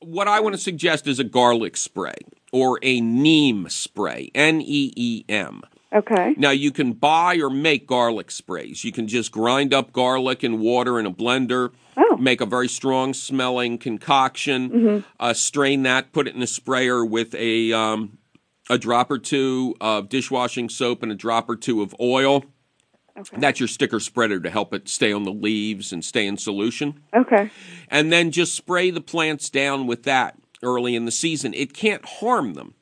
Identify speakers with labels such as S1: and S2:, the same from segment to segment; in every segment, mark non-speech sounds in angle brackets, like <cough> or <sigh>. S1: What I want to suggest is a garlic spray or a neem spray, N E E M.
S2: Okay.
S1: Now you can buy or make garlic sprays. You can just grind up garlic and water in a blender,
S2: Oh. Mm-hmm.
S1: make a very strong smelling concoction, uh, strain that, put it in a sprayer with a um, a drop or two of dishwashing soap and a drop or two of oil.
S2: Okay.
S1: That's your sticker spreader to help it stay on the leaves and stay in solution.
S2: Okay.
S1: And then just spray the plants down with that early in the season. It can't harm them.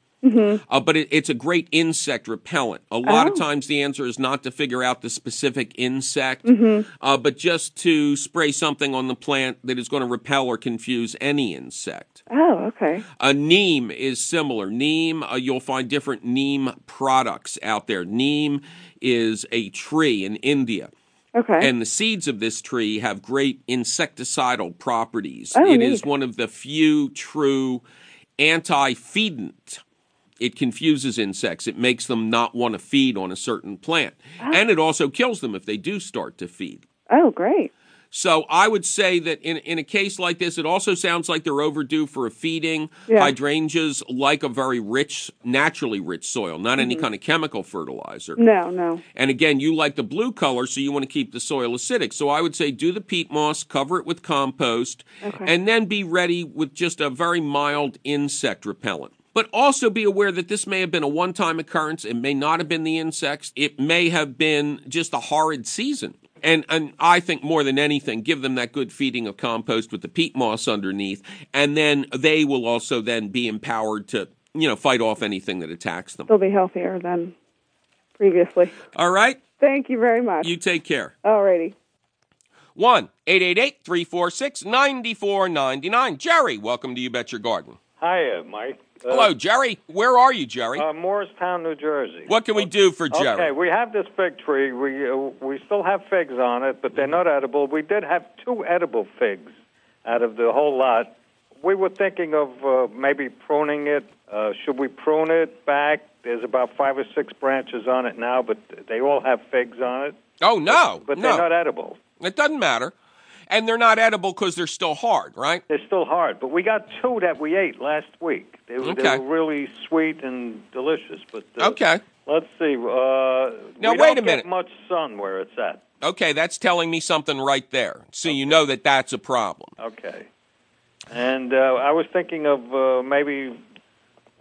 S1: Uh, but it, it's a great insect repellent. A lot of times, the answer is not to figure out the specific insect, uh, but just to spray something on the plant that is going to repel or confuse any insect.
S2: Oh, okay.
S1: A neem is similar. Neem, uh, you'll find different neem products out there. Neem is a tree in India.
S2: Okay.
S1: <laughs> And the seeds of this tree have great insecticidal properties.
S2: Oh,
S1: It is
S2: neat.
S1: one of the few true anti-feedant. It confuses insects. It makes them not want to feed on a certain plant.
S2: Ah.
S1: And it also kills them if they do start to feed.
S2: oh, great.
S1: So I would say that in, in a case like this, it also sounds like they're overdue for a feeding.
S2: Yeah.
S1: Hydrangeas like a very rich, naturally rich soil, not
S2: Mm-hmm.
S1: any kind of chemical fertilizer.
S2: No, no.
S1: And again, you like the blue color, so you want to keep the soil acidic. So I would say do the peat moss, cover it with compost, and then be ready with just a very mild insect repellent. But also be aware that this may have been a one time occurrence. It may not have been the insects. It may have been just a horrid season. And, and I think more than anything, give them that good feeding of compost with the peat moss underneath, and then they will also then be empowered to, you know, fight off anything that attacks them.
S2: They'll be healthier than previously.
S1: All right?
S2: Thank you very much.
S1: You take care.
S2: Alrighty.
S1: 1 888 346 9499. Jerry, welcome to You Bet Your Garden.
S3: Hiya, Mike. Uh,
S1: Hello, Jerry. Where are you, Jerry?
S3: Uh, Morristown, New Jersey.
S1: what can we do for
S3: Okay,
S1: Jerry?
S3: we have this fig tree. We uh, we still have figs on it, but they're not edible. We did have two edible figs out of the whole lot. We were thinking of uh, maybe pruning it. Uh, should we prune it back? There's about five or six branches on it now, but they all have figs on it.
S1: Oh, no.
S3: But
S1: no.
S3: they're not edible.
S1: it doesn't matter. And they're not edible because they're still hard, right?
S3: They're still hard. But we got two that we ate last week. They, were
S1: Okay.
S3: they were really sweet and delicious. But uh,
S1: Okay.
S3: Let's see. Uh,
S1: Now,
S3: we
S1: wait a
S3: don't
S1: minute.
S3: Get much sun where it's at.
S1: Okay, that's telling me something right there. So you know that that's a problem.
S3: Okay. And uh, I was thinking of uh, maybe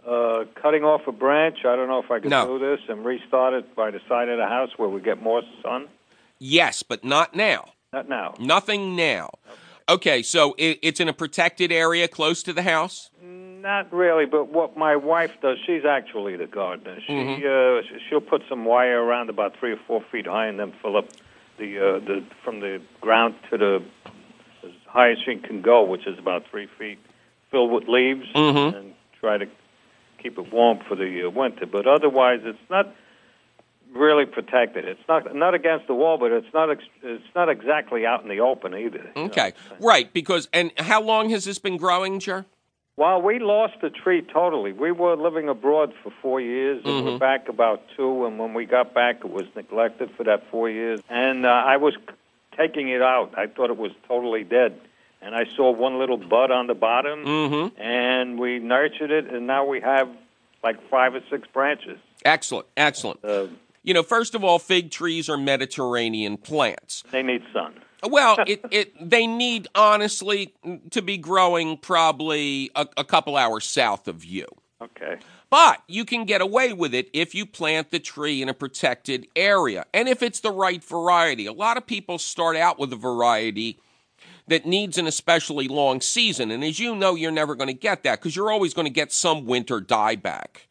S3: uh, cutting off a branch. I don't know if I could
S1: No.
S3: do this and restart it by the side of the house where we get more sun.
S1: Yes, but not now.
S3: Not now.
S1: Nothing now. Okay, so it, it's in a protected area close to the house?
S3: Not really, but what my wife does, she's actually the gardener. She uh, sh- she'll put some wire around about three or four feet high, and then fill up the uh, the from the ground to the as high as she can go, which is about three feet, fill with leaves, and try to keep it warm for the uh, winter. But otherwise, it's not really protected. It's not not against the wall, but it's not ex- it's not exactly out in the open either. you know.
S1: Okay, right, because, and how long has this been growing, Jer?
S3: Well, we lost the tree totally. We were living abroad for four years, and we're back about two. And when we got back, it was neglected for that four years. And uh, I was c- taking it out. I thought it was totally dead. And I saw one little bud on the bottom, and we nurtured it, and now we have like five or six branches.
S1: Excellent, excellent.
S3: Uh,
S1: You know, first of all, fig trees are Mediterranean plants.
S3: they need sun.
S1: Well, it, it they need honestly to be growing probably a, a couple hours south of you.
S3: Okay.
S1: But you can get away with it if you plant the tree in a protected area and if it's the right variety. A lot of people start out with a variety that needs an especially long season. And as you know, you're never going to get that because you're always going to get some winter dieback,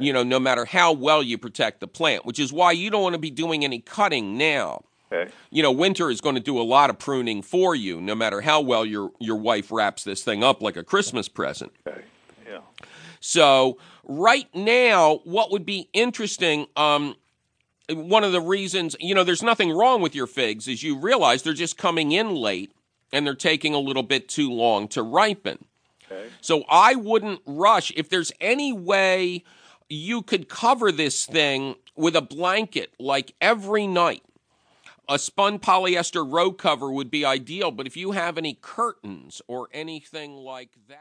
S1: you know, no matter how well you protect the plant, which is why you don't want to be doing any cutting now
S3: Okay.
S1: you know, winter is going to do a lot of pruning for you, no matter how well your your wife wraps this thing up like a Christmas present.
S3: Okay. Yeah.
S1: So right now, what would be interesting? Um, one of the reasons, you know, there's nothing wrong with your figs, is you realize they're just coming in late and they're taking a little bit too long to ripen.
S3: Okay.
S1: So I wouldn't rush. If there's any way you could cover this thing with a blanket, like every night, a spun polyester row cover would be ideal. But if you have any curtains or anything like that.